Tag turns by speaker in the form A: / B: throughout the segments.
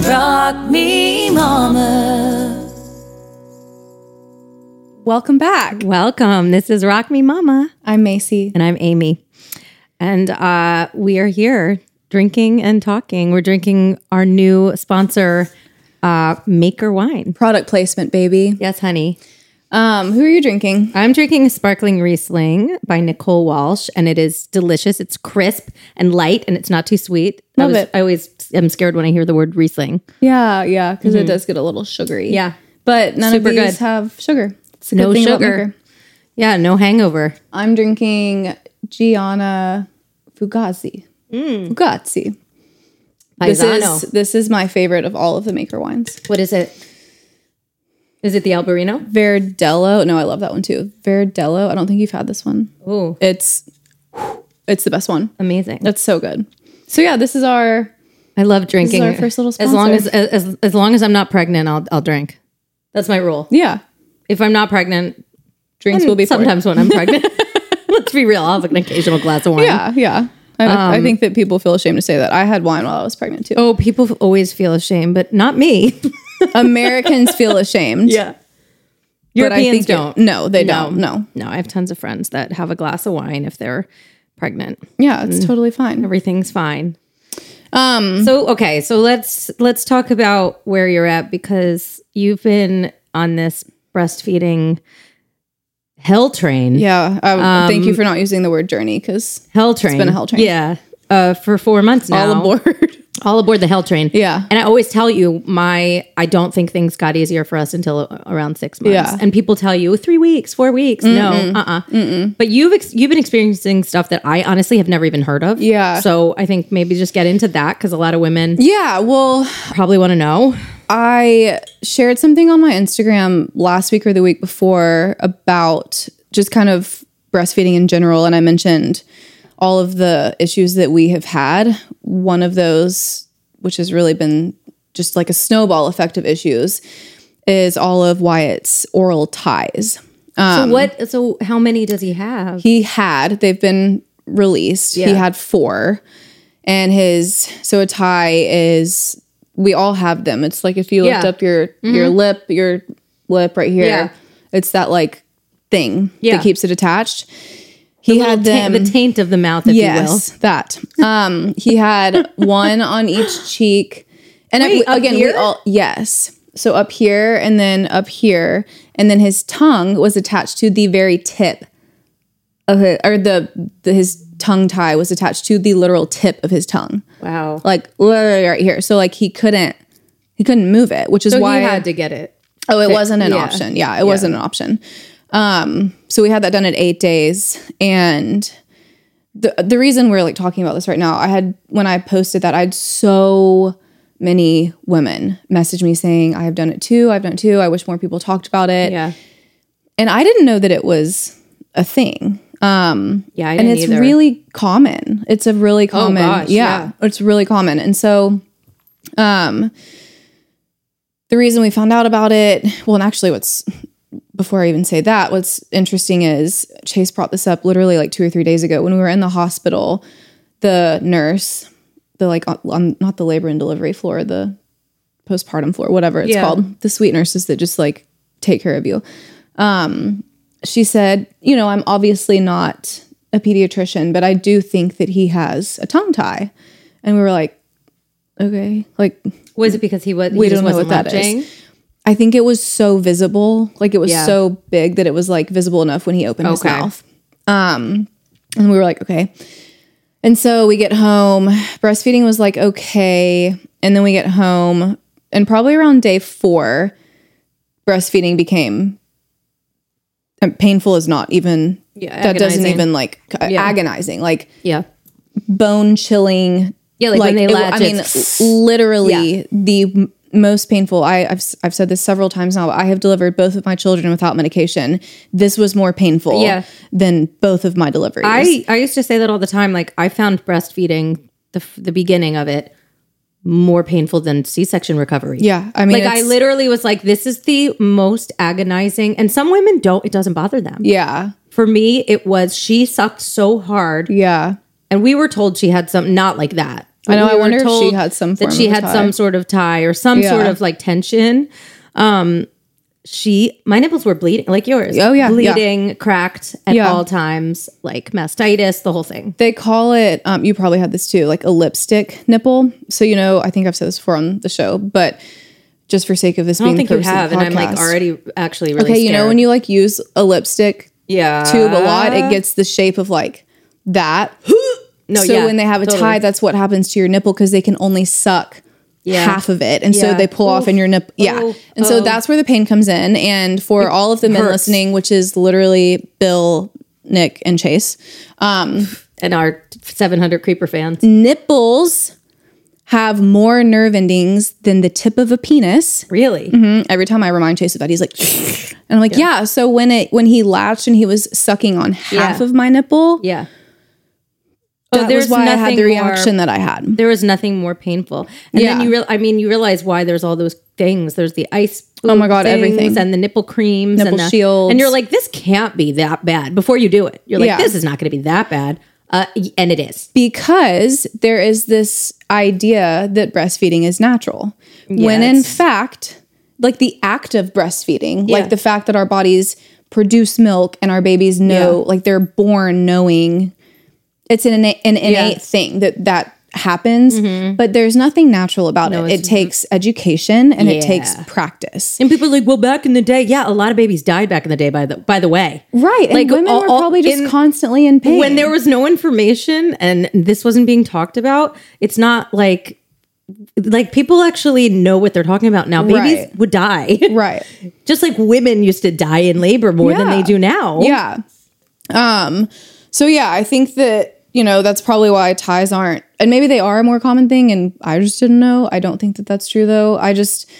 A: got me, mama.
B: Welcome back.
C: Welcome. This is Rock Me Mama,
B: I'm Macy.
C: and I'm Amy. And uh, we are here drinking and talking. We're drinking our new sponsor, uh, Maker Wine.
B: Product placement, baby.
C: Yes, honey.
B: Um, who are you drinking?
C: I'm drinking a sparkling Riesling by Nicole Walsh, and it is delicious. It's crisp and light, and it's not too sweet. I,
B: Love
C: was-
B: it.
C: I always am scared when I hear the word Riesling.
B: Yeah, yeah, because it does get a little sugary.
C: Yeah.
B: but none
C: Super
B: of these
C: good.
B: have sugar. It's a
C: No
B: good thing about
C: sugar.
B: Maker.
C: Yeah, no hangover.
B: I'm drinking Gianna Fugazi. Mm. Fugazi. This
C: Paisano.
B: is this is my favorite of all of the Maker wines.
C: what is it? Is it the Albarino?
B: Verdello. No, I love that one too. Verdello. I don't think you've had this one.
C: Oh,
B: It's it's the best one.
C: amazing.
B: That's so good. So yeah, this is our
C: I love drinking.
B: our first little
C: As long as,
B: sponsor.
C: as as long as I'm not pregnant, I'll I'll drink. That's my rule.
B: yeah.
C: If I'm not pregnant,
B: Drinks will be poured.
C: sometimes when I'm pregnant. Let's be real. I'll have an occasional glass of wine.
B: Yeah, yeah. I, I
C: Um,
B: think that people feel ashamed to say that. I had wine while I was pregnant too.
C: Oh, people always feel ashamed, but not me.
B: Americans feel ashamed.
C: Yeah.
B: but I
C: Europeans
B: think it-
C: don't.
B: no, they don't. No.
C: No, I have tons of friends that have a glass of wine if they're pregnant.
B: Yeah,
C: Mm.
B: it's totally fine.
C: Everything's fine.
B: Um,
C: So okay, so let's let's talk about where you're at because you've been on this breastfeeding hell train.
B: yeah. I, thank
C: Um,
B: you for not using the word journey because
C: Hell train.
B: been a hell train.
C: Yeah. Uh, for four months now.
B: all aboard.
C: All aboard the hell train.
B: Yeah.
C: And I always tell you, my I don't think things got easier for us until around six months.
B: Yeah.
C: And people tell you three weeks, four weeks. No, uh, uh But you've ex- you've been experiencing stuff that I honestly have never even heard of.
B: Yeah.
C: So I think maybe just get into that because a lot of women
B: yeah. Well,
C: probably want to know.
B: I shared something on my Instagram last week or the week before about just kind of breastfeeding in general. And I mentioned all of the issues that we have had. One of those, which has really been just like a snowball effect of issues, is all of Wyatt's oral ties.
C: so what? So how many does he have?
B: Um, He had, they've been released. He had four. And his so a tie is we all have them. It's like if you lift
C: Yeah. Mm-hmm.
B: up your your lip, your lip right here,
C: Yeah.
B: it's that like thing
C: Yeah.
B: that keeps it attached. He had them
C: the taint of the mouth, if you will.
B: yes, that. Um he had one on each cheek. And if
C: Wait,
B: we-
C: up
B: again, we
C: here?
B: all yes. So up here and then up here and then his tongue was attached to the very tip of his, or the, the his tongue tie was attached to the literal tip of his tongue.
C: Wow.
B: Like literally right here. So like he couldn't he couldn't move it, which is
C: So
B: why
C: he had to get it.
B: Oh, it wasn't an
C: yeah.
B: option. Yeah, it wasn't an option. Um, so we had that done at eight days, and the the reason we're like talking about this right now, I had when I posted that, I had so many women message me saying, "I have done it too. I've done it too. I wish more people talked about it."
C: Yeah.
B: And I didn't know that it was a thing. Um,
C: Yeah. I
B: and
C: didn't
B: it's
C: either.
B: really common. It's a really common.
C: gosh,
B: yeah, it's really common. And so, um, the reason we found out about it, well, and actually, what's before I even say that, what's interesting is Chase brought this up literally like two or three days ago when we were in the hospital. The nurse, the like on- on not the labor and delivery floor, the postpartum floor, whatever it's
C: Yeah.
B: called, the sweet nurses that just like take care of you Um, she said, You know, I'm obviously not a pediatrician, but I do think that he has a tongue tie. And we were like, Okay. Like,
C: Was it because he was? He
B: We
C: just
B: don't know
C: wasn't
B: what that is.
C: latching?
B: I think it was so visible. Like, it was
C: Yeah.
B: so big that it was like visible enough when he opened his
C: Okay.
B: mouth. Um, and we were like, Okay. And so we get home, breastfeeding was like, Okay. And then we get home, and probably around day four, breastfeeding became and painful is not even
C: Yeah,
B: that doesn't
C: agonizing.
B: even like c- agonizing like
C: Yeah.
B: bone chilling
C: Yeah, like when they
B: it-
C: latch,
B: i mean
C: it's-
B: literally the m- most painful I, I've, s- I've said this several times now but i have delivered both of my children without medication this was more painful
C: Yeah.
B: than both of my deliveries
C: I, I used to say that all the time. Like I found breastfeeding the f- the beginning of it more painful than C section recovery.
B: yeah i mean
C: like I
B: it's-
C: literally was like, this is the most agonizing. And some women don't. It doesn't bother them.
B: yeah
C: For me, it was she sucked so hard,
B: yeah
C: and we were told she had something not like that.
B: I know.
C: we
B: I
C: were
B: wonder if she
C: told
B: had some
C: that
B: form
C: she
B: of
C: had
B: tie.
C: some sort of tie or some sort
B: Yeah.
C: of like tension. Um, she my nipples were bleeding like yours.
B: Oh, yeah, yeah.
C: bleeding, cracked at
B: Yeah.
C: all times, like mastitis, the whole thing.
B: They call it, um, you probably had this too, like a lipstick nipple. So, you know, I think I've said this before on the show, but just for sake of this
C: I don't
B: being
C: think you
B: purpose of
C: have,
B: the
C: and I'm like
B: podcast.
C: already actually really
B: Okay, you know, when you like use a lipstick
C: yeah
B: tube a lot,
C: Ah.
B: it gets the shape of like that.
C: No,
B: so
C: yeah,
B: when they have a tie,
C: totally.
B: that's what happens to your nipple because they can only suck
C: Yeah.
B: half of it, and
C: Yeah.
B: so they pull off in your nipple. Yeah,
C: Oh.
B: and
C: Oh.
B: so that's where the pain comes in. And for all of the men
C: hurts.
B: listening, which is literally Bill, Nick, and Chase,
C: and our 700 creeper fans.
B: Mm-hmm. nipples have more nerve endings than the tip of a penis. Mm-hmm.
C: Really?
B: every time I remind Chase of that, he's like, and I'm like, yeah. So when it when he latched and he was sucking on half
C: Yeah.
B: of my nipple,
C: Yeah.
B: that was
C: there's
B: why I had
C: nothing
B: the
C: more-
B: reaction that I had.
C: There was nothing more painful. And then
B: Yeah.
C: you real I mean you realize why there's all those things. There's the ice
B: Oh my
C: boob
B: God,
C: things
B: everything.
C: and the nipple creams
B: Nipple
C: and the
B: shields.
C: And you're like this can't be that bad before you do it. You're like
B: Yeah.
C: this is not going to be that bad. Uh, y- and it is.
B: Because there is this idea that breastfeeding is natural, when in
C: Yes.
B: fact, like the act of breastfeeding,
C: Yeah.
B: like the fact that our bodies produce milk and our babies know,
C: Yeah.
B: like they're born knowing, it's an innate, an innate thing that that happens.
C: Mm-hmm.
B: But there's nothing natural about it. It takes education and it takes
C: Yeah.
B: practice.
C: And people are like, well, back in the day, yeah, a lot of babies died back in the day. By the by the way,
B: Right. like
C: Like,
B: women
C: all-
B: were
C: all-
B: probably just
C: in-
B: constantly in pain.
C: when there was no information and this wasn't being talked about, it's not like like people actually know what they're talking about now. Babies
B: Right.
C: would die.
B: right.
C: Just like women used to die in labor more than
B: Yeah.
C: they do now.
B: Yeah. Um, so yeah, I think that, you know, that's probably why ties aren't and maybe they are a more common thing and I just didn't know. I don't think that that's true though. I just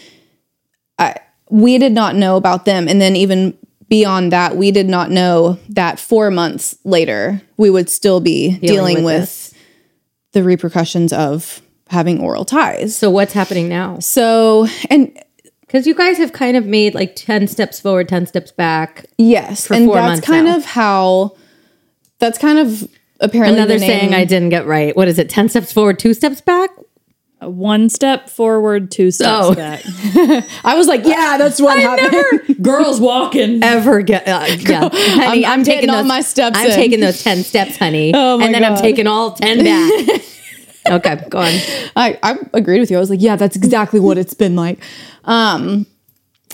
B: I we did not know about them and then even beyond that, we did not know that 4 months later we would still be dealing,
C: with
B: with, the repercussions of having oral ties.
C: So what's happening now?
B: So, and
C: Because you guys have kind of made like 10 steps forward, 10 steps back.
B: yes, and
C: four
B: that's
C: months
B: kind
C: now.
B: of how that's kind of apparently
C: Another
B: the name-
C: saying I didn't get right. What is it? 10 steps forward, two steps back?
D: One step forward, two steps
C: Oh.
D: back.
B: I was like, yeah, that's what happened.
D: Girls walking.
C: Ever get? Uh, yeah. honey, I'm,
B: I'm
C: taking
B: getting all
C: those-
B: my steps
C: I'm
B: in.
C: taking those 10 steps, honey.
D: Oh my
C: and then I'm
D: God.
C: taking all 10 back. okay, go on.
B: I, I agreed with you. I was like, yeah, that's exactly what it's been like. Um,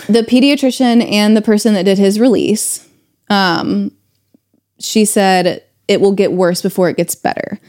B: the pediatrician and the person that did his release, um, she said it will get worse before it gets better.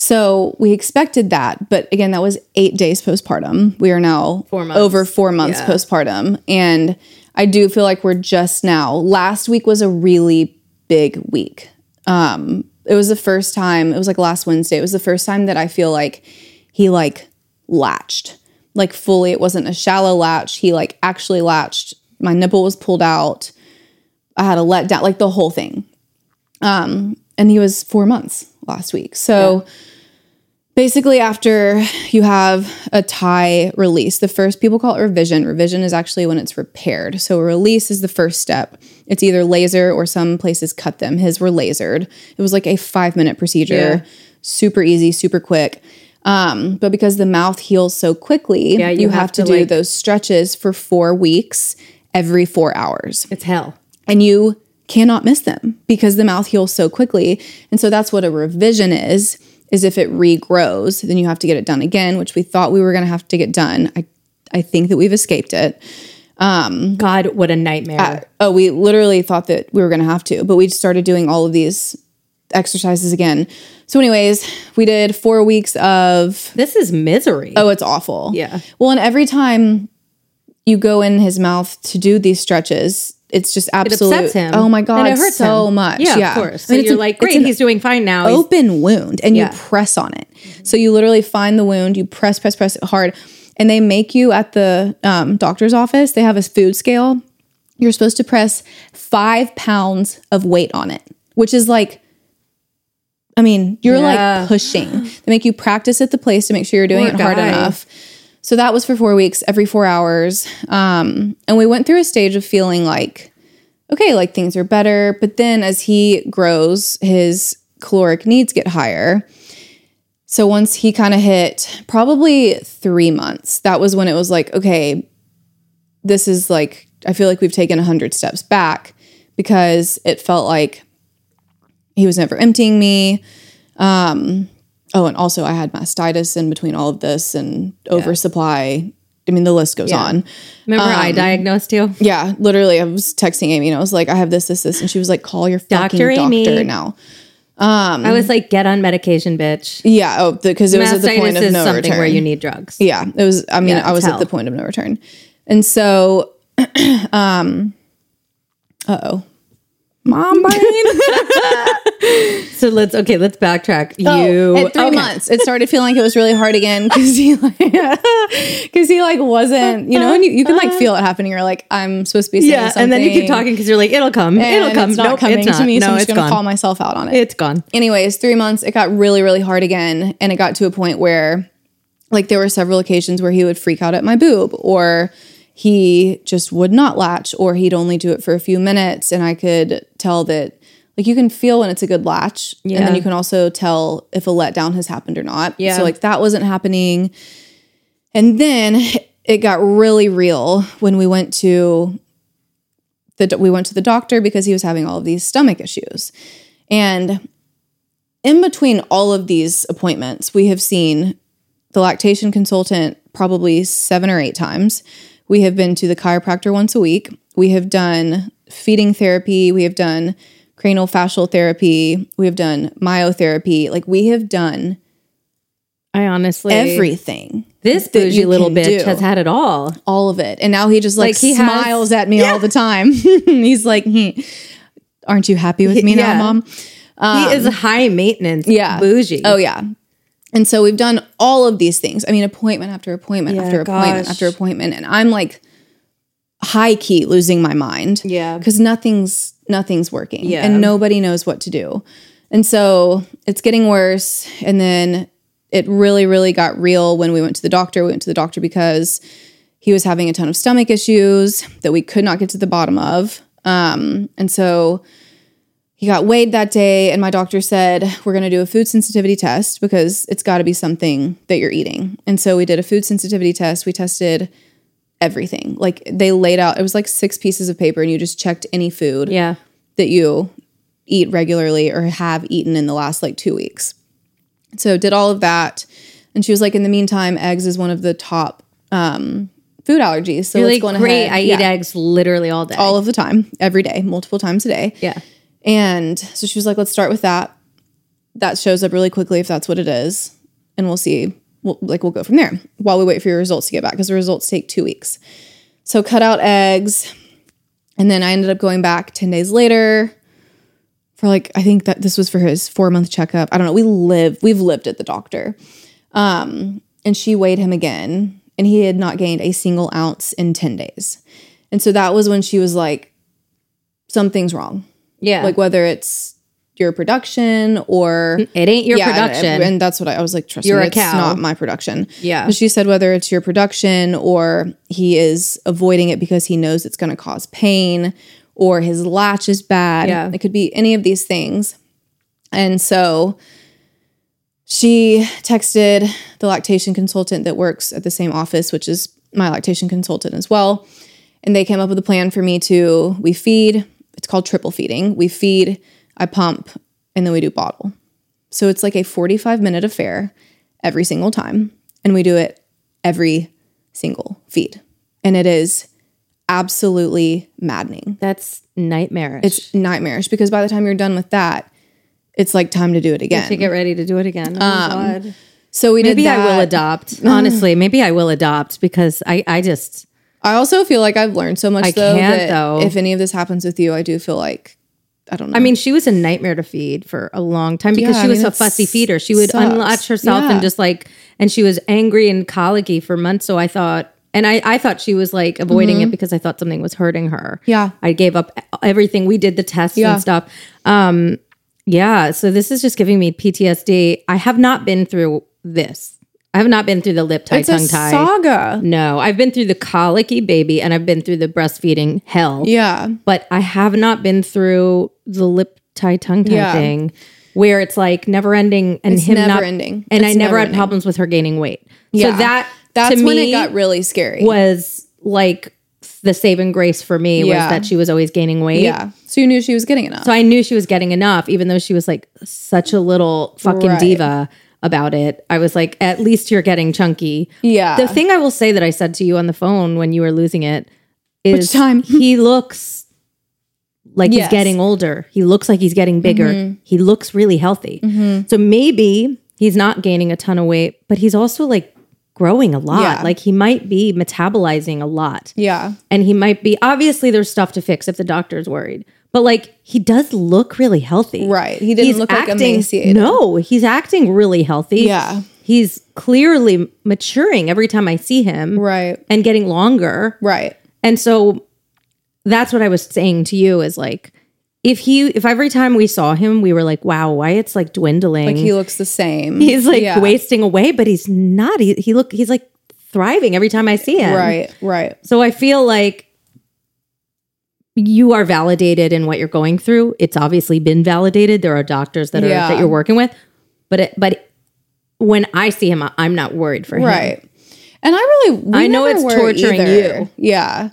B: So we expected that, but again, that was eight days postpartum. We are now
C: Four months.
B: over four months postpartum, and I do feel like we're just now. Last week was a really big week. Um, it was the first time. It was like last Wednesday. It was the first time that I feel like he like latched, like fully. It wasn't a shallow latch. He like actually latched. My nipple was pulled out. I had a let down, like the whole thing. Um, and he was four months last week. So basically, after you have a tie release, the first people call it revision. Revision is actually when it's repaired. So a release is the first step. It's either laser or some places cut them. His were lasered. It was like a five minute procedure, super easy, super quick. Um, but because the mouth heals so quickly,
C: Yeah,
B: you, have, to, do
C: like-
B: those stretches for four weeks every four hours
C: It's hell.
B: and you cannot miss them because the mouth heals so quickly and so that's what a revision is is if it regrows then you have to get it done again which we thought we were going to have to get done i i think that we've escaped it
C: God, what a nightmare.
B: oh we literally thought that we were going to have to but we started doing all of these exercises again so anyways we did 4 weeks of
C: this is misery.
B: Oh, it's awful.
C: Yeah.
B: Well, and every time you go in his mouth to do these stretches, it's just absolute.
C: upsets him.
B: Oh my god,
C: And it hurts
B: so
C: him.
B: much.
C: Yeah,
B: Yeah,
C: of course. So
B: I mean, it's
C: you're
B: an-
C: like,
B: it's Oh,
C: great,
B: an
C: he's doing fine now. He's-
B: open wound, and
C: Yeah.
B: you press on it. So you literally find the wound, you press, press, press hard, and they make you at the um, doctor's office. They have a food scale. You're supposed to press five pounds of weight on it, which is like. I mean, you're
C: Yeah.
B: like pushing. They make you practice at the place to make sure you're doing
C: Poor
B: it hard
C: guy.
B: enough. So that was for four weeks, every four hours. Um, and we went through a stage of feeling like, okay, like things are better. But then as he grows, his caloric needs get higher. So once he kind of hit probably three months, that was when it was like, okay, this is like, I feel like we've taken 100 steps back because it felt like he was never emptying me. Um, oh, and also I had mastitis in between all of this and oversupply. I mean, the list goes on.
C: Remember,
B: um,
C: I diagnosed you.
B: Yeah, literally, I was texting Amy and I was like, I have this, this, this. And she was like, call your fucking
C: Dr.
B: doctor
C: Amy.
B: now. um,
C: I was like, get on medication, bitch.
B: Yeah. Oh, because it was at the point
C: Mastitis
B: of
C: is
B: no
C: something
B: return.
C: where you need drugs.
B: Yeah, it was. I mean,
C: Yeah,
B: I was
C: tell.
B: at the point of no return, and so, um, uh oh, mom brain.
C: So let's okay, let's backtrack.
B: you
C: you
B: Oh, at three
C: okay.
B: months, it started feeling like it was really hard again because he like because he like wasn't you know, and you, you can like feel it happening. You're like, I'm supposed to be saying
C: Yeah,
B: something,
C: and then you keep talking because you're like, it'll come,
B: and
C: it'll come.
B: It's not
C: nope,
B: coming
C: it's not.
B: to me,
C: no,
B: so I'm just
C: it's
B: gonna
C: gone.
B: call myself out on it.
C: it's gone.
B: anyways, three months, it got really, really hard again. And it got to a point where, like, there were several occasions where he would freak out at my boob or he just would not latch or he'd only do it for a few minutes. And I could tell that, like, you can feel when it's a good latch. And
C: Yeah.
B: then you can also tell if a letdown has happened or not.
C: Yeah.
B: So, like, that wasn't happening. And then it got really real when we went to the do- we went to the doctor because he was having all of these stomach issues. And in between all of these appointments, we have seen the lactation consultant probably 7 or 8 times. We have been to the chiropractor once a week. We have done feeding therapy, we have done cranial fascial therapy, we have done myotherapy. Like we have done
C: I honestly
B: everything.
C: this
B: that
C: bougie
B: you
C: little
B: can
C: bitch
B: do.
C: has had it all.
B: all of it. And now he just like,
C: Like, he has-
B: smiles at me all the time. He's like, "Hmm, aren't you happy with me
C: Yeah.
B: now, mom?
C: he is high maintenance,
B: yeah.
C: bougie.
B: Oh yeah. And so we've done all of these things. I mean, appointment after appointment after appointment
C: gosh.
B: after appointment. And I'm like high key losing my mind.
C: Yeah.
B: Cause nothing's nothing's working.
C: Yeah.
B: And nobody knows what to do. And so it's getting worse. And then it really, really got real when we went to the doctor. We went to the doctor because he was having a ton of stomach issues that we could not get to the bottom of. Um, and so he got weighed that day, and my doctor said, We're going to do a food sensitivity test because it's got to be something that you're eating. And so we did a food sensitivity test. We tested everything. Like they laid out, it was like six pieces of paper, and you just checked any food
C: yeah.
B: that you eat regularly or have eaten in the last like two weeks. So did all of that, and she was like, in the meantime, eggs is one of the top um, food allergies. So
C: You're
B: it's
C: like,
B: going
C: great.
B: ahead,
C: I
B: Yeah.
C: eat eggs literally all day.
B: all of the time, every day, multiple times a day.
C: yeah.
B: And so she was like, let's start with that. That shows up really quickly if that's what it is. And we'll see. We'll, like, we'll go from there while we wait for your results to get back because the results take two weeks. So cut out eggs. And then I ended up going back 10 days later for like, I think that this was for his four month checkup. I don't know. We live, we've lived at the doctor. Um, and she weighed him again and he had not gained a single ounce in 10 days. And so that was when she was like, something's wrong
C: Yeah.
B: like whether it's your production or
C: it ain't your
B: Yeah, and-
C: production.
B: And, that's what I, I was like, trust
C: You're
B: me,
C: a
B: it's
C: cow.
B: not my production.
C: Yeah.
B: But she said whether it's your production or he is avoiding it because he knows it's going to cause pain or his latch is bad.
C: Yeah.
B: It could be any of these things. And so she texted the lactation consultant that works at the same office, which is my lactation consultant as well. And they came up with a plan for me to we feed, it's called triple feeding. We feed, I pump, and then we do bottle. So it's like a 45 minute affair every single time. And we do it every single feed. And it is absolutely maddening.
C: That's nightmarish.
B: It's nightmarish because by the time you're done with that, it's like time to do it
C: to
B: again.
C: get ready to do it again. Oh my God.
B: So we
C: Maybe
B: did
C: I
B: that.
C: will adopt. Honestly, maybe I will adopt because I, I just
B: I also feel like I've learned so much
C: I
B: though,
C: can't,
B: that
C: though.
B: If any of this happens with you, I do feel like I don't know.
C: I mean, she was a nightmare to feed for a long time because
B: Yeah,
C: she
B: I
C: was
B: mean,
C: a
B: that
C: fussy feeder. She would
B: sucks.
C: unlatch herself
B: Yeah.
C: and just like, and she was angry and colicky for months. So I thought, and I, I thought she was like avoiding
B: Mm-hmm.
C: it because I thought something was hurting her.
B: Yeah.
C: I gave up everything. We did the tests
B: Yeah.
C: and stuff. Um, yeah. So this is just giving me PTSD. I have not been through this. I have not been through the lip tie,
B: it's a
C: tongue tie.
B: saga.
C: no, I've been through the colicky baby and I've been through the breastfeeding hell
B: Yeah.
C: but I have not been through the lip tie tongue tie
B: Yeah.
C: thing where it's like never ending and
B: It's
C: him not
B: never-ending. It's
C: And I never had
B: never-ending.
C: problems with her gaining weight.
B: Yeah.
C: So that
B: that's
C: to
B: when
C: me
B: it got really scary.
C: was like the saving grace for me
B: Yeah.
C: was that she was always gaining weight.
B: yeah. So you knew she was getting enough.
C: So I knew she was getting enough, even though she was like such a little fucking
B: Right.
C: diva about it. I was like, at least you're getting chunky.
B: yeah.
C: The thing I will say that I said to you on the phone when you were losing it is
B: Which time?
C: he looks like
B: Yes. Mm-hmm.
C: he's getting older. He looks like he's getting bigger. He looks really healthy. So maybe he's not gaining a ton of weight, but he's also like growing a lot.
B: Yeah.
C: Like he might be metabolizing a lot.
B: yeah.
C: And he might be obviously there's stuff to fix if the doctor's worried. But like he does look really healthy.
B: Right. He didn't look like emaciated.
C: No, he's acting really healthy.
B: Yeah.
C: He's clearly maturing every time I see him
B: Right.
C: and getting longer.
B: Right.
C: And so that's what I was saying to you is like if he if every time we saw him we were like wow Wyatt's like dwindling
B: Like he looks the same.
C: he's like
B: Yeah.
C: wasting away but he's not he, he look he's like thriving every time I see him
B: Right. Right.
C: so I feel like you are validated in what you're going through. It's obviously been validated. There are doctors that are
B: Yeah.
C: that you're working with, but it, but when I see him, I- I'm not worried for him.
B: Right. And I really, we
C: I know
B: never
C: it's
B: were
C: torturing
B: either.
C: you.
B: Yeah.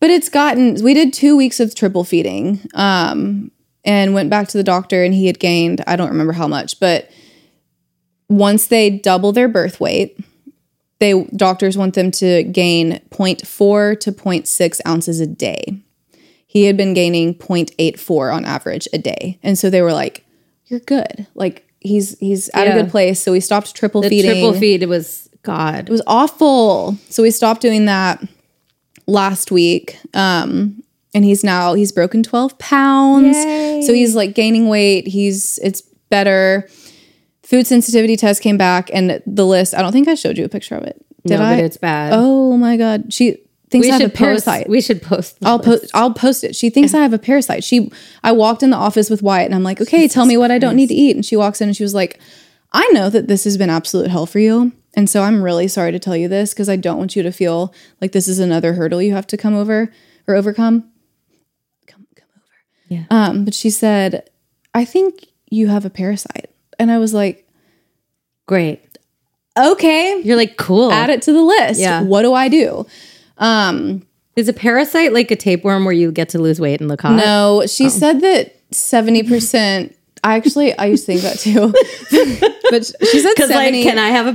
B: But it's gotten, we did two weeks of triple feeding um, and went back to the doctor, and he had gained, I don't remember how much, but once they double their birth weight, they doctors want them to gain 0.4 to 0.6 ounces a day. He had been gaining 0.84 on average a day. And so they were like, you're good. Like he's he's at a
C: Yeah.
B: good place. So we stopped triple
C: The
B: feeding.
C: triple feed was God.
B: It was awful. So we stopped doing that last week. Um, and he's now he's broken 12 pounds. So he's like gaining weight. He's it's better. Food sensitivity test came back and the list, I don't think I showed you a picture of it. Did
C: no,
B: I?
C: but it's bad.
B: oh my god. She thinks
C: we
B: I have a
C: should post.
B: parasite.
C: We should post. the
B: I'll
C: list.
B: post I'll post it. She thinks I have a parasite. She I walked in the office with Wyatt and I'm like, "Okay, tell me what I don't need to eat." And she walks in and she was like, "I know that this has been absolute hell for you, and so I'm really sorry to tell you this because I don't want you to feel like this is another hurdle you have to come over or overcome." Come come over.
C: Yeah.
B: Um, but she said, "I think you have a parasite." And I was like,
C: Great.
B: "Okay,
C: You're like cool.
B: add it to the list.
C: Yeah.
B: What do I do?"
C: Is a parasite like a tapeworm where you get to lose weight and look hot?
B: No, she
C: Oh.
B: said that seventy percent. I actually I used to think that too, but she said
C: Because like,
B: seventy.
C: can I have a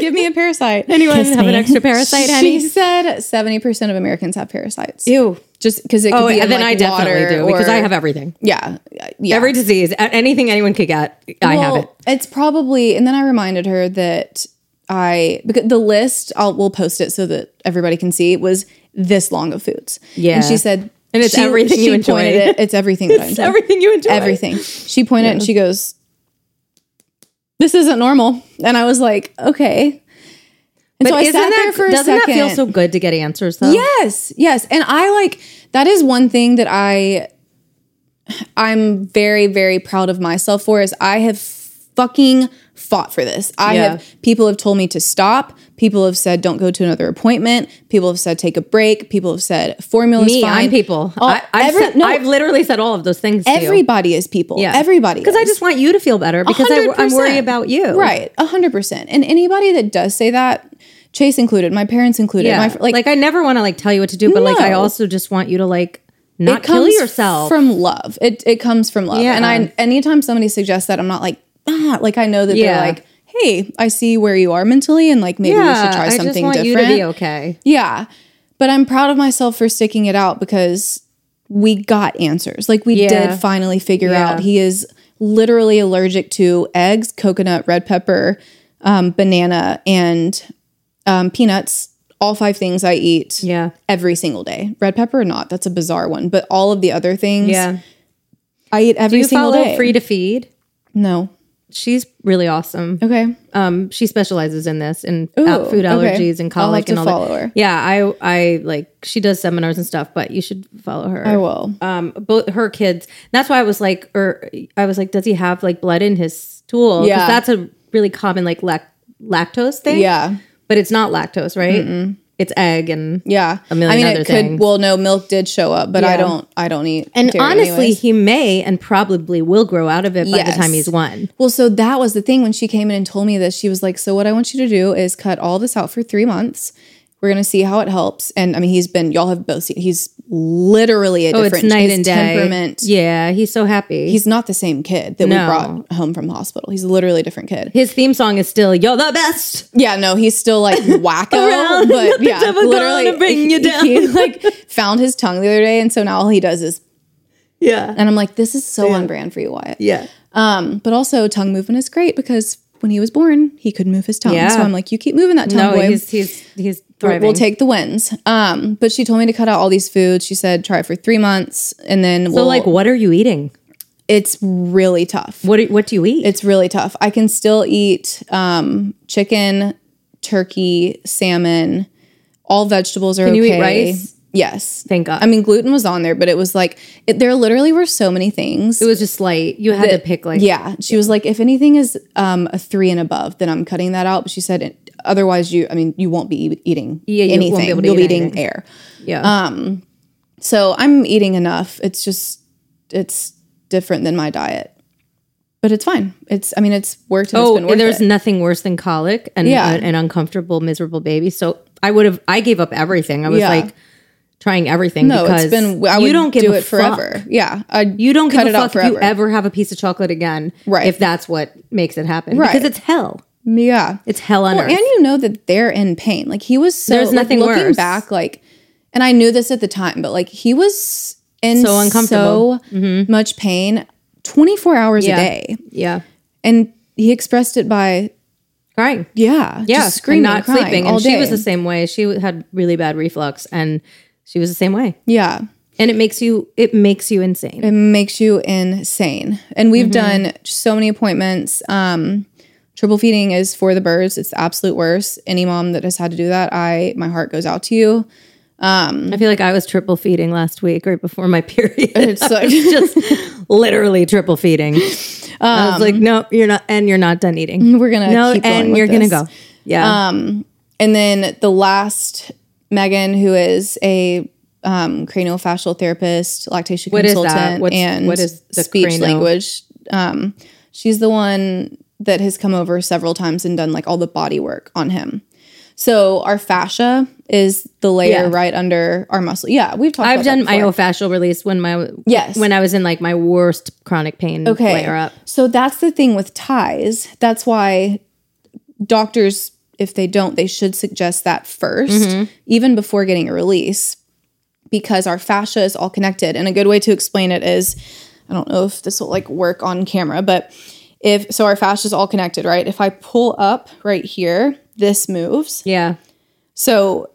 B: give me a parasite?
C: Anyone
B: Anyone?
C: have an extra parasite, honey?
B: She said seventy percent of Americans have parasites.
C: Ew.
B: Just because it could
C: Oh,
B: be in,
C: and then
B: like,
C: I definitely
B: water
C: do because
B: or-
C: I have everything.
B: yeah, yeah.
C: Every disease, a- anything anyone could get, I have
B: Well,
C: it.
B: It's probably, and then I reminded her that I because the list I'll we'll post it so that everybody can see was this long of foods.
C: Yeah.
B: and she said,
C: And it's
B: she-
C: everything you
B: she
C: enjoy.
B: pointed It, it's everything that I enjoy.
C: Everything you enjoy.
B: everything. She pointed and she goes, "This isn't normal." And I was like, "Okay." And
C: But
B: so I
C: isn't
B: sat there
C: that,
B: for a
C: doesn't
B: second.
C: that feel so good to get answers though?
B: Yes, yes. And I like that is one thing that I I'm very very proud of myself for is I have fucking fought for this. I
C: Yeah.
B: have people have told me to stop. People have said don't go to another appointment. People have said take a break. People have said formula's
C: Me,
B: fine.
C: I'm people.
B: All-
C: I, I've,
B: every-
C: said-
B: no,
C: I've literally said all of those things. to you.
B: everybody is people. Everybody.
C: Because I
B: is.
C: just want you to feel better because I, am
B: 100%.
C: worried about you.
B: Right, a hundred percent. And anybody that does say that, Chase included, my parents included,
C: Yeah.
B: my fr-
C: like, I never want to like tell you what to do, but like I
B: No.
C: also just want you to like not kill yourself.
B: from love. It it comes from love.
C: Yeah.
B: And I anytime somebody suggests that, I'm not like ah, like I know that
C: Yeah.
B: they're like, hey, I see where you are mentally, and like maybe we should try
C: I
B: something
C: just want you to
B: different.
C: be okay.
B: Yeah, but I'm proud of myself for sticking it out because we got answers. Like we
C: Yeah.
B: did finally figure
C: Yeah.
B: out he is literally allergic to eggs, coconut, red pepper, um, banana, and um, peanuts. All five things I eat
C: Yeah.
B: every single day. Red pepper or not, that's a bizarre one. But all of the other things,
C: Yeah.
B: I eat every
C: Do you
B: single
C: follow
B: day.
C: Free to Feed?
B: no.
C: She's really awesome.
B: Okay.
C: um she specializes in this in
B: Ooh,
C: out- food
B: okay.
C: allergies and
B: I'll have
C: colic and
B: to
C: all
B: follow
C: that.
B: her.
C: Yeah, I I like she does seminars and stuff, but you should follow her.
B: I will.
C: Um both her kids. That's why I was like or I was like does he have like blood in his stool? 'Cause
B: Yeah.
C: That's a really common like lac- lactose thing.
B: Yeah.
C: But it's not lactose, right? it's egg and
B: Yeah.
C: A million
B: I mean,
C: other
B: it could.
C: things.
B: Well, no, milk did show up, but I
C: Yeah.
B: don't. I don't eat.
C: and
B: dairy
C: honestly,
B: anyways.
C: he may and probably will grow out of it by
B: Yes.
C: the time he's one.
B: Well, so that was the thing when she came in and told me this. She was like, "So what I want you to do is cut all this out for three months. We're gonna see how it helps." And I mean, he's been. Y'all have both seen. He's literally a
C: Oh,
B: different
C: it's night
B: his
C: and day.
B: temperament.
C: Yeah, he's so happy.
B: He's not the same kid that
C: No.
B: we brought home from the hospital. He's literally a different kid.
C: his theme song is still "You're the best."
B: Yeah, no, he's still like wacko,
C: Around,
B: but
C: the
B: yeah,
C: devil gonna
B: literally
C: bring you
B: he- He like found his tongue the other day, and so now all he does is.
C: Yeah,
B: And I'm like, this is so on brand for you, Wyatt.
C: yeah.
B: Um, but also tongue movement is great because when he was born, he could move his tongue.
C: Yeah.
B: So I'm like, you keep moving that tongue,
C: No,
B: boy.
C: he's he's he's
B: We'll-
C: thriving.
B: We'll take the wins. Um, but she told me to cut out all these foods. She said try for three months, and then
C: so,
B: we'll,
C: like, what are you eating?
B: it's really tough.
C: What do, what do you eat?
B: It's really tough. I can still eat um, chicken, turkey, salmon. All vegetables are
C: Can you
B: okay.
C: eat rice?
B: Yes.
C: Thank God.
B: I mean, gluten was on there, but it was like it, there literally were so many things.
C: it was just like you had to pick like
B: Yeah, she was like, if anything is um, a three and above, then I'm cutting that out. But she said, otherwise, you, I mean, you won't be e- eating
C: Yeah, you won't be
B: anything.
C: able to
B: You'll be
C: eat
B: eating
C: anything.
B: air.
C: yeah.
B: Um, So I'm eating enough. It's just, it's different than my diet, but it's fine. It's, I mean, it's worked. And
C: oh,
B: it's been worth
C: and there's
B: it.
C: nothing worse than colic and uh,
B: Yeah.
C: an- an uncomfortable, miserable baby. So I would have I gave up everything. I was
B: Yeah.
C: like trying everything.
B: no,
C: because
B: it's been. I
C: you
B: would
C: don't give
B: do
C: a
B: it forever.
C: fuck.
B: Yeah, I
C: You don't
B: cut
C: give
B: it
C: a
B: out
C: fuck if you
B: forever.
C: ever have a piece of chocolate again,
B: Right.
C: If that's what makes it happen,
B: Right.
C: Because it's hell.
B: yeah,
C: It's hell on
B: Well,
C: earth.
B: and you know that they're in pain. Like he was so
C: There's
B: like,
C: nothing
B: looking
C: worse.
B: back, like and I knew this at the time, but like he was in
C: So uncomfortable. Mm-hmm.
B: so much pain 24 hours
C: Yeah.
B: a day.
C: yeah,
B: And he expressed it by
C: crying.
B: yeah,
C: yeah,
B: just screaming,
C: and not
B: crying
C: sleeping.
B: all
C: and
B: day.
C: she was the same way. She w- had really bad reflux, and she was the same way.
B: yeah.
C: And it makes you it makes you insane.
B: It makes you insane. And we've
C: Mm-hmm.
B: done so many appointments. Um, triple feeding is for the birds. It's the absolute worst. Any mom that has had to do that, I my heart goes out to you.
C: I feel like I was triple feeding last week, right before my period.
B: It's like
C: just literally triple feeding. I was like, no, you're not, and you're not done eating.
B: Um, we're gonna
C: No,
B: keep going
C: and
B: with
C: you're
B: this. Um,
C: gonna go. Yeah,
B: And then the last, Megan, who is a um, craniofascial therapist, lactation
C: What is that?
B: consultant,
C: What's-
B: and
C: what is the
B: speech
C: crano-
B: language. Um, she's the one that has come over several times and done like all the body work on him. So our fascia is the layer
C: Yeah.
B: right under our muscle. Yeah, we've talked.
C: I've
B: about that
C: done
B: before.
C: myofascial release when my
B: Yes.
C: when I was in like my worst chronic pain layer up.
B: So that's the thing with ties. That's why doctors, if they don't, they should suggest that 1st
C: Mm-hmm.
B: even before getting a release, because our fascia is all connected. And a good way to explain it is I don't know if this will like work on camera, but if so, our fascia is all connected, right? If I pull up right here, this moves.
C: Yeah,
B: So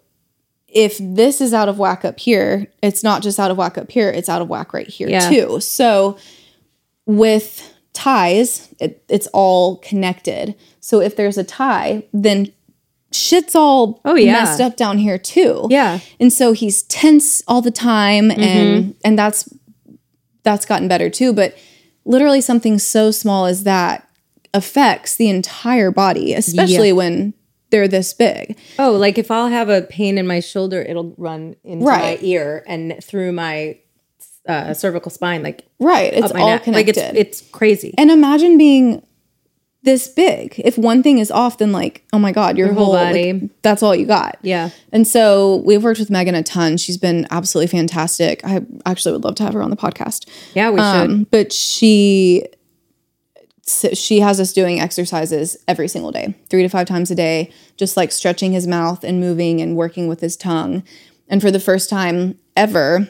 B: if this is out of whack up here, it's not just out of whack up here, it's out of whack right here
C: Yeah.
B: too. So with ties, it, it's all connected. So if there's a tie, then shit's all
C: Oh, yeah.
B: messed up down here too.
C: Yeah. Mm-hmm.
B: And so he's tense all the time and and that's that's gotten better too, but literally something so small as that affects the entire body, especially when they're this big.
C: Oh, like if I'll have a pain in my shoulder, it'll run into
B: Right.
C: my ear and through my uh, cervical spine, like
B: Right. It's
C: up my
B: all
C: neck.
B: connected.
C: Like it's it's crazy.
B: and imagine being this big. If one thing is off, then like, oh my God, your,
C: whole
B: whole, like,
C: body.
B: that's all you got.
C: yeah,
B: And so we've worked with Megan a ton. She's been absolutely fantastic. I actually would love to have her on the podcast.
C: yeah, we should.
B: Um, but she so she has us doing exercises every single day, three to five times a day, just like stretching his mouth and moving and working with his tongue. And for the first time ever,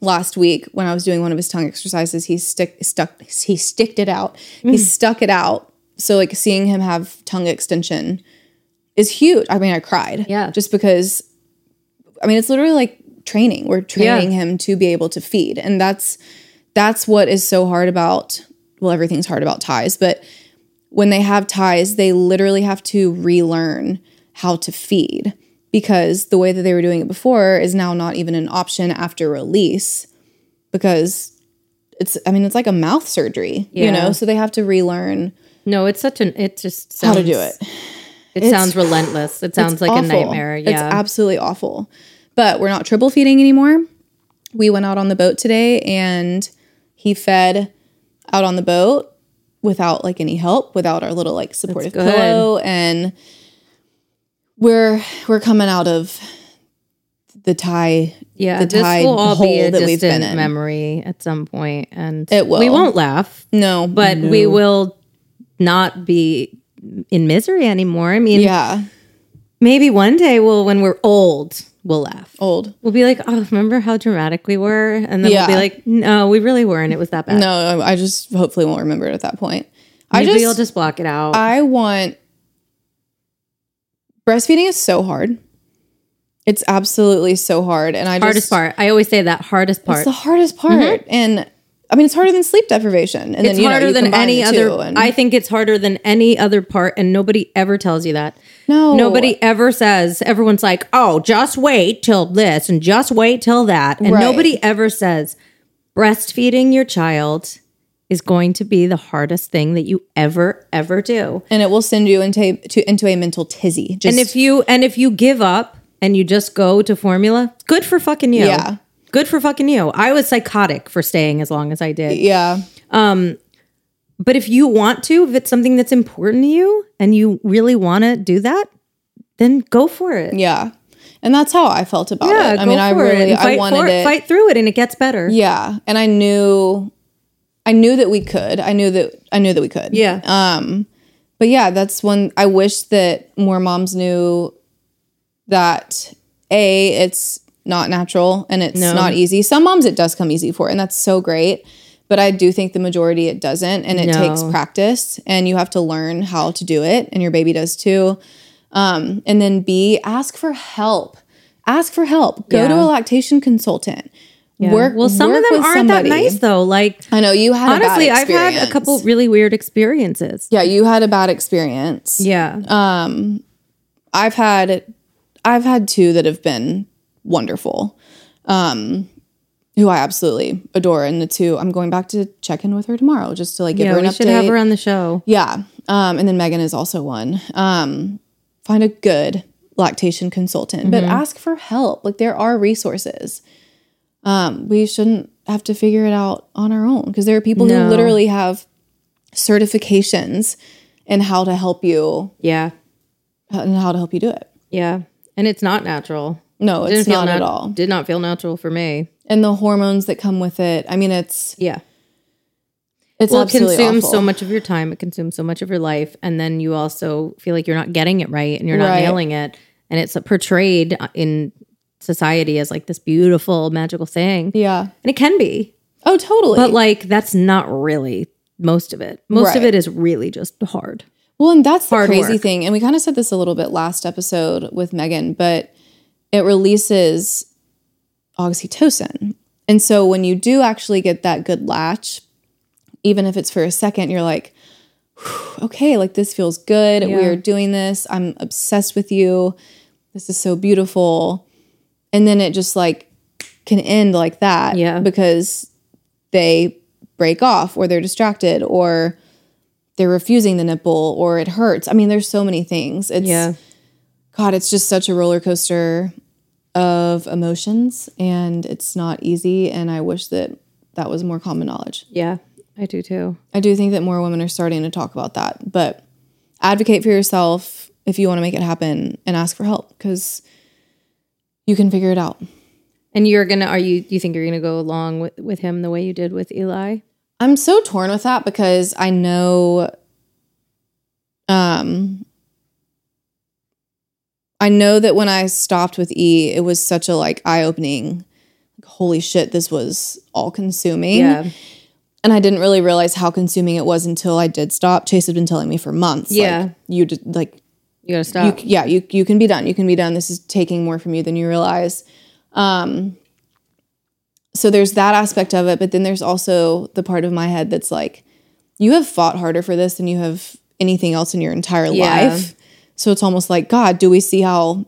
B: last week when I was doing one of his tongue exercises, he stick stuck he sticked it out. He stuck it out. So like seeing him have tongue extension is huge. I mean, I cried.
C: Yeah.
B: Just because I mean it's literally like training. We're training him to be able to feed. And that's that's what is so hard about well everything's hard about ties but when they have ties they literally have to relearn how to feed because the way that they were doing it before is now not even an option after release because it's i mean it's like a mouth surgery you
C: Yeah.
B: know so they have to relearn
C: No, it's such an it just
B: how to do
C: sounds-
B: it
C: It sounds relentless. It sounds like a
B: awful.
C: nightmare.
B: It's
C: Yeah.
B: absolutely awful. But we're not triple feeding anymore. We went out on the boat today and he fed out on the boat without like any help, without our little like supportive
C: good.
B: pillow and we're we're coming out of the tie
C: yeah.
B: the
C: This
B: tide
C: will all be a
B: hole that we've been
C: distant
B: in.
C: memory at some point, and
B: It will.
C: We won't laugh,
B: no but
C: but we will not be in misery anymore. I mean,
B: yeah
C: maybe one day we'll, when we're old, we'll laugh.
B: old
C: We'll be like, oh, remember how dramatic we were? And then
B: Yeah.
C: we'll be like, no, we really weren't. It was that bad.
B: no I, I just hopefully won't remember it at that point I
C: Maybe
B: just
C: we'll just block it out.
B: I want breastfeeding is so hard. It's absolutely so hard, and I just,
C: hardest part. I always say that hardest part.
B: It's the hardest part, and I mean it's harder than sleep deprivation. And then
C: it's
B: you know,
C: harder
B: you
C: than
B: combine
C: any
B: the two,
C: other.
B: and-
C: I think it's harder than any other part, and nobody ever tells you that.
B: no
C: Nobody ever says. Everyone's like, "Oh, just wait till this, and just wait till that," and
B: Right.
C: nobody ever says breastfeeding your child is going to be the hardest thing that you ever ever do.
B: and it will send you into to, into a mental tizzy. Just
C: And if you and if you give up and you just go to formula, good for fucking you.
B: Yeah.
C: Good for fucking you. I was psychotic for staying as long as I did.
B: yeah,
C: But if you want to, if it's something that's important to you and you really want to do that, then go for it.
B: yeah, and that's how I felt about it. I mean, I really
C: and
B: I
C: fight
B: wanted
C: for
B: it.
C: Fight through it and it gets better.
B: Yeah, and I knew, I knew that we could. I knew that I knew that we could.
C: Yeah.
B: But yeah, that's one I wish that more moms knew that A, it's not natural and it's not easy. Some moms it does come easy for, and that's so great. But I do think the majority it doesn't, and it takes
C: No.
B: practice, and you have to learn how to do it, and your baby does too. Um, and then B, ask for help. Ask for help. Go to a
C: Yeah.
B: lactation consultant.
C: Yeah.
B: Work.
C: Well, some of
B: work
C: them
B: with
C: aren't
B: somebody.
C: that nice though. Like
B: I know you had
C: honestly,
B: A bad
C: I've had a
B: experience.
C: couple really weird experiences.
B: Yeah, you had a bad experience.
C: Yeah.
B: I've had I've had two that have been wonderful. Um who I absolutely adore and the two I'm going back to check in with her tomorrow just to like give
C: yeah,
B: her an
C: we
B: update.
C: should have her on the show.
B: yeah. Um and then Megan is also one. Um find a good lactation consultant, but
C: Mm-hmm.
B: ask for help. Like there are resources. Um we shouldn't have to figure it out on our own because there are people
C: No.
B: who literally have certifications in how to help you
C: Yeah.
B: and how to help you do it.
C: Yeah. And it's not natural.
B: No,
C: Didn't
B: it's
C: feel
B: not at
C: nat-
B: all.
C: Did not feel natural for me.
B: And the hormones that come with it. I mean, it's
C: Yeah.
B: it's
C: well, it
B: absolutely
C: consumes
B: awful.
C: so much of your time. It consumes so much of your life, and then you also feel like you're not getting it right, and you're not
B: Right.
C: nailing it, and it's portrayed in society as like this beautiful, magical thing,
B: Yeah.
C: and it can be,
B: Oh, totally.
C: but like that's not really most of it. Most of
B: Right.
C: it is really just hard.
B: well, and that's the
C: hard
B: crazy
C: work.
B: thing. And we kind of said this a little bit last episode with Megan, but it releases oxytocin. And so when you do actually get that good latch, even if it's for a second, you're like, "Whew, okay, like this feels good. We are doing this. I'm obsessed with you. This is so beautiful. And then it just like can end like that.
C: Yeah.
B: Because they break off or they're distracted or they're refusing the nipple or it hurts. I mean, there's so many things. It's God, it's just such a roller coaster of emotions and it's not easy. And I wish that that was more common knowledge.
C: yeah, I do too.
B: I do think that more women are starting to talk about that, but advocate for yourself if you want to make it happen and ask for help because you can figure it out.
C: And you're gonna are you you think you're gonna go along with with him the way you did with Eli?
B: I'm so torn with that because I know um I know that when I stopped with E, it was such a like eye-opening like, holy shit, this was all consuming. And I didn't really realize how consuming it was until I did stop. Chase had been telling me for months. like,
C: Yeah.
B: you did like
C: you gotta stop.
B: you, yeah, you you can be done. You can be done. This is taking more from you than you realize. Um, so there's that aspect of it, but then there's also the part of my head that's like, you have fought harder for this than you have anything else in your entire
C: Yeah.
B: life. So it's almost like, God, do we see how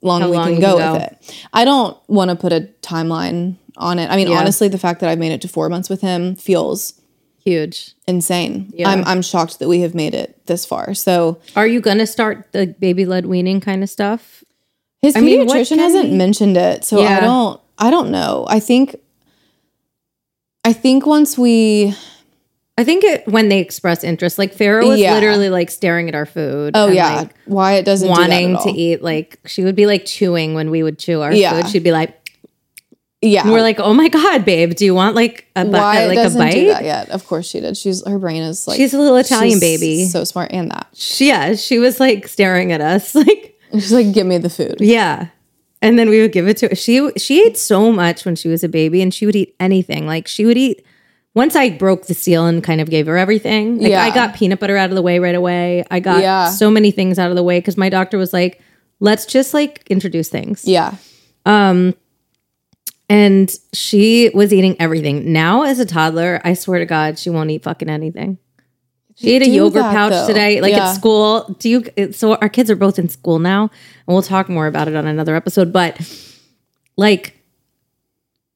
B: long we
C: long
B: can
C: you
B: go
C: can
B: with
C: go.
B: it? I don't want to put a timeline on it. I mean, honestly, the fact that I've made it to four months with him feels
C: Huge.
B: insane.
C: Yeah.
B: I'm I'm shocked that we have made it this far. So
C: Are you going to start the baby led weaning kind of stuff?
B: his
C: I mean, what
B: pediatrician
C: can
B: hasn't
C: he-
B: mentioned it, so I
C: Yeah.
B: don't I don't know. I think I think once we
C: I think it when they express interest, like Farrah was
B: Yeah.
C: literally like staring at our food.
B: oh
C: and,
B: yeah
C: like,
B: Wyatt doesn't
C: wanting
B: do that at
C: to
B: all.
C: eat. Like she would be like chewing when we would chew our
B: Yeah.
C: food. She'd be like,
B: yeah
C: and we're like, oh my god, babe, do you want like a bu-
B: Wyatt
C: like a
B: doesn't do that
C: bite?
B: yet. Of course she did. She's her brain is like
C: She's a little Italian
B: she's
C: baby.
B: so smart and that
C: She- yeah, she was like staring at us, like
B: And she's like give me the food.
C: yeah. And then we would give it to her. She she ate so much when she was a baby, and she would eat anything. Like she would eat. Once I broke the seal and kind of gave her everything, like
B: Yeah.
C: I got peanut butter out of the way right away. I got
B: Yeah.
C: so many things out of the way because my doctor was like, "Let's just like introduce things."
B: Yeah,
C: And she was eating everything. Now, as a toddler, I swear to God, she won't eat fucking anything. She ate a
B: do
C: yogurt
B: that,
C: pouch
B: though.
C: today, like
B: Yeah.
C: at school. Do you? it- So our kids are both in school now, and we'll talk more about it on another episode. But like,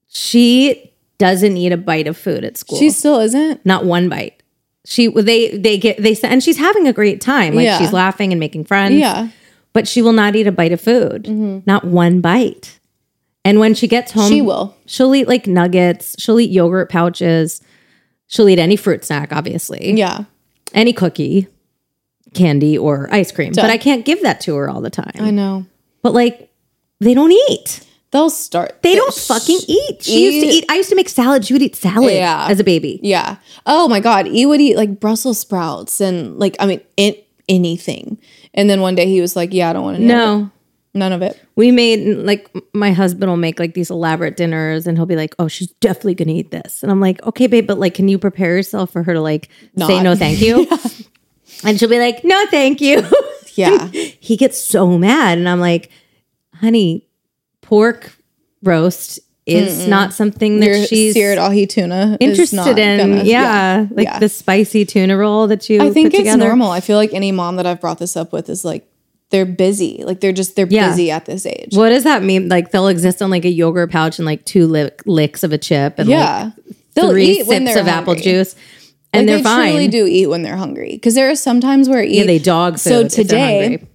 C: she doesn't eat a bite of food at school.
B: she still isn't.
C: not one bite. She they they get they and she's having a great time. Like
B: Yeah.
C: she's laughing and making friends
B: Yeah, Mm-hmm.
C: but she will not eat a bite of food. Not one bite. And when she gets home,
B: She will.
C: She'll eat like nuggets. She'll eat yogurt pouches. She'll eat any fruit snack, obviously.
B: yeah.
C: Any cookie, candy, or ice cream. But I can't give that to her all the time.
B: I know.
C: but like, they don't eat.
B: They'll start.
C: They don't fucking eat. She used to
B: eat-
C: eat. I used to make salad. She would eat salad
B: Yeah.
C: as a baby.
B: Yeah. Oh my God. He would eat like Brussels sprouts and like, I mean, an- anything. And then one day he was like, yeah, I don't want to know.
C: No.
B: None of it.
C: We made like my husband will make like these elaborate dinners and he'll be like, "Oh, she's definitely going to eat this." And I'm like, "Okay, babe, but like can you prepare yourself for her to like say
B: Not.
C: no thank you?" And she'll be like, "No, thank you."
B: Yeah.
C: he gets so mad and I'm like, "Honey, pork roast is not something that
B: Your
C: she's
B: seared ahi tuna. is not
C: interested in."
B: gonna-
C: yeah, like
B: yeah.
C: the spicy tuna roll that you
B: I think
C: put
B: it's
C: together.
B: normal. I feel like any mom that I've brought this up with is like, they're busy. Like they're just, they're
C: Yeah.
B: busy at this age.
C: What does that mean? Like they'll exist on like a yogurt pouch and like two lick, licks of a chip and like
B: yeah. They'll
C: three
B: eat when
C: sips
B: they're
C: of apple
B: hungry.
C: juice,
B: Like,
C: and
B: they
C: they're fine.
B: truly do eat when they're hungry. Because there are some times where I eat
C: Yeah, they dog food.
B: So
C: if they're
B: today-
C: hungry.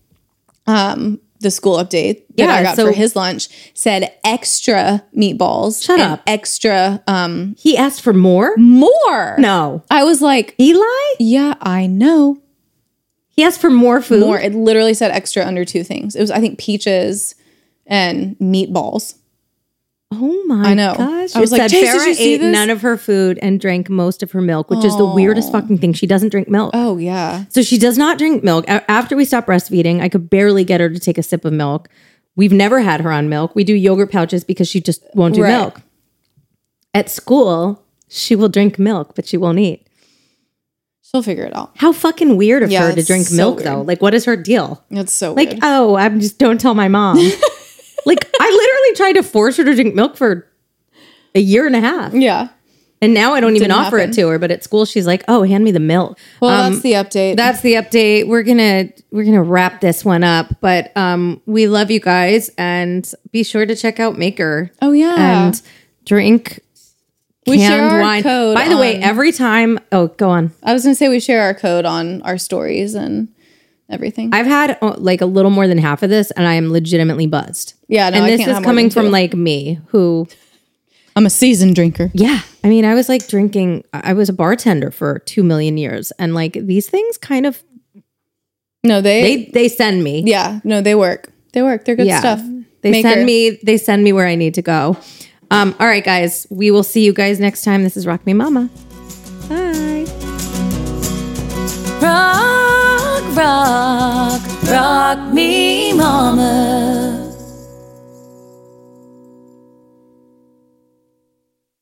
B: the school update that
C: Yeah,
B: I got
C: so-
B: for his lunch said extra meatballs.
C: Shut
B: and
C: up.
B: Extra um
C: he asked for more.
B: more.
C: No,
B: I was like,
C: Eli,
B: yeah, I know.
C: he asked for more food.
B: More. It literally said extra under two things. It was I think peaches and meatballs.
C: Oh my!
B: I know.
C: Gosh.
B: I was
C: It
B: like,
C: said
B: "Chase, did
C: Farrah
B: you see
C: ate
B: this?"
C: none of her food and drank most of her milk, which is the weirdest fucking thing. She doesn't drink milk.
B: Oh yeah.
C: So she does not drink milk. A- After we stopped breastfeeding, I could barely get her to take a sip of milk. We've never had her on milk. We do yogurt pouches because she just won't do
B: Right.
C: milk. At school, she will drink milk, but she won't eat.
B: She'll figure it out.
C: How fucking weird of
B: Yeah,
C: her to
B: that's
C: drink
B: so
C: milk
B: weird.
C: though. Like what is her deal?
B: That's so
C: Like,
B: weird.
C: oh, I'm just don't tell my mom. like I literally tried to force her to drink milk for a year and a half.
B: yeah.
C: And now I don't even
B: Didn't
C: offer
B: happen.
C: it to her, but at school she's like, "Oh, hand me the milk."
B: Well,
C: Um,
B: that's the update.
C: that's the update. We're gonna we're gonna wrap this one up, but um, we love you guys, and be sure to check out Maker.
B: oh yeah.
C: and drink
B: we
C: canned
B: share our
C: wine.
B: code.
C: By the way,
B: on-
C: every time oh, go on.
B: I was gonna say we share our code on our stories and everything.
C: I've had uh, like a little more than half of this, and I am legitimately buzzed.
B: yeah, no,
C: and
B: I
C: this
B: can't
C: is
B: have more
C: coming
B: than
C: from
B: two.
C: like me, who
B: I'm a seasoned drinker.
C: yeah, I mean, I was like drinking. I I was a bartender for two million years, and like these things kind of
B: No,
C: they they send me.
B: Yeah, no, they work. They work. They're good stuff.
C: They
B: Maker.
C: send me they send me where I need to go. Um, all right, guys. We will see you guys next time. This is Rock Me Mama. Bye.
A: Rock, rock, rock me, mama.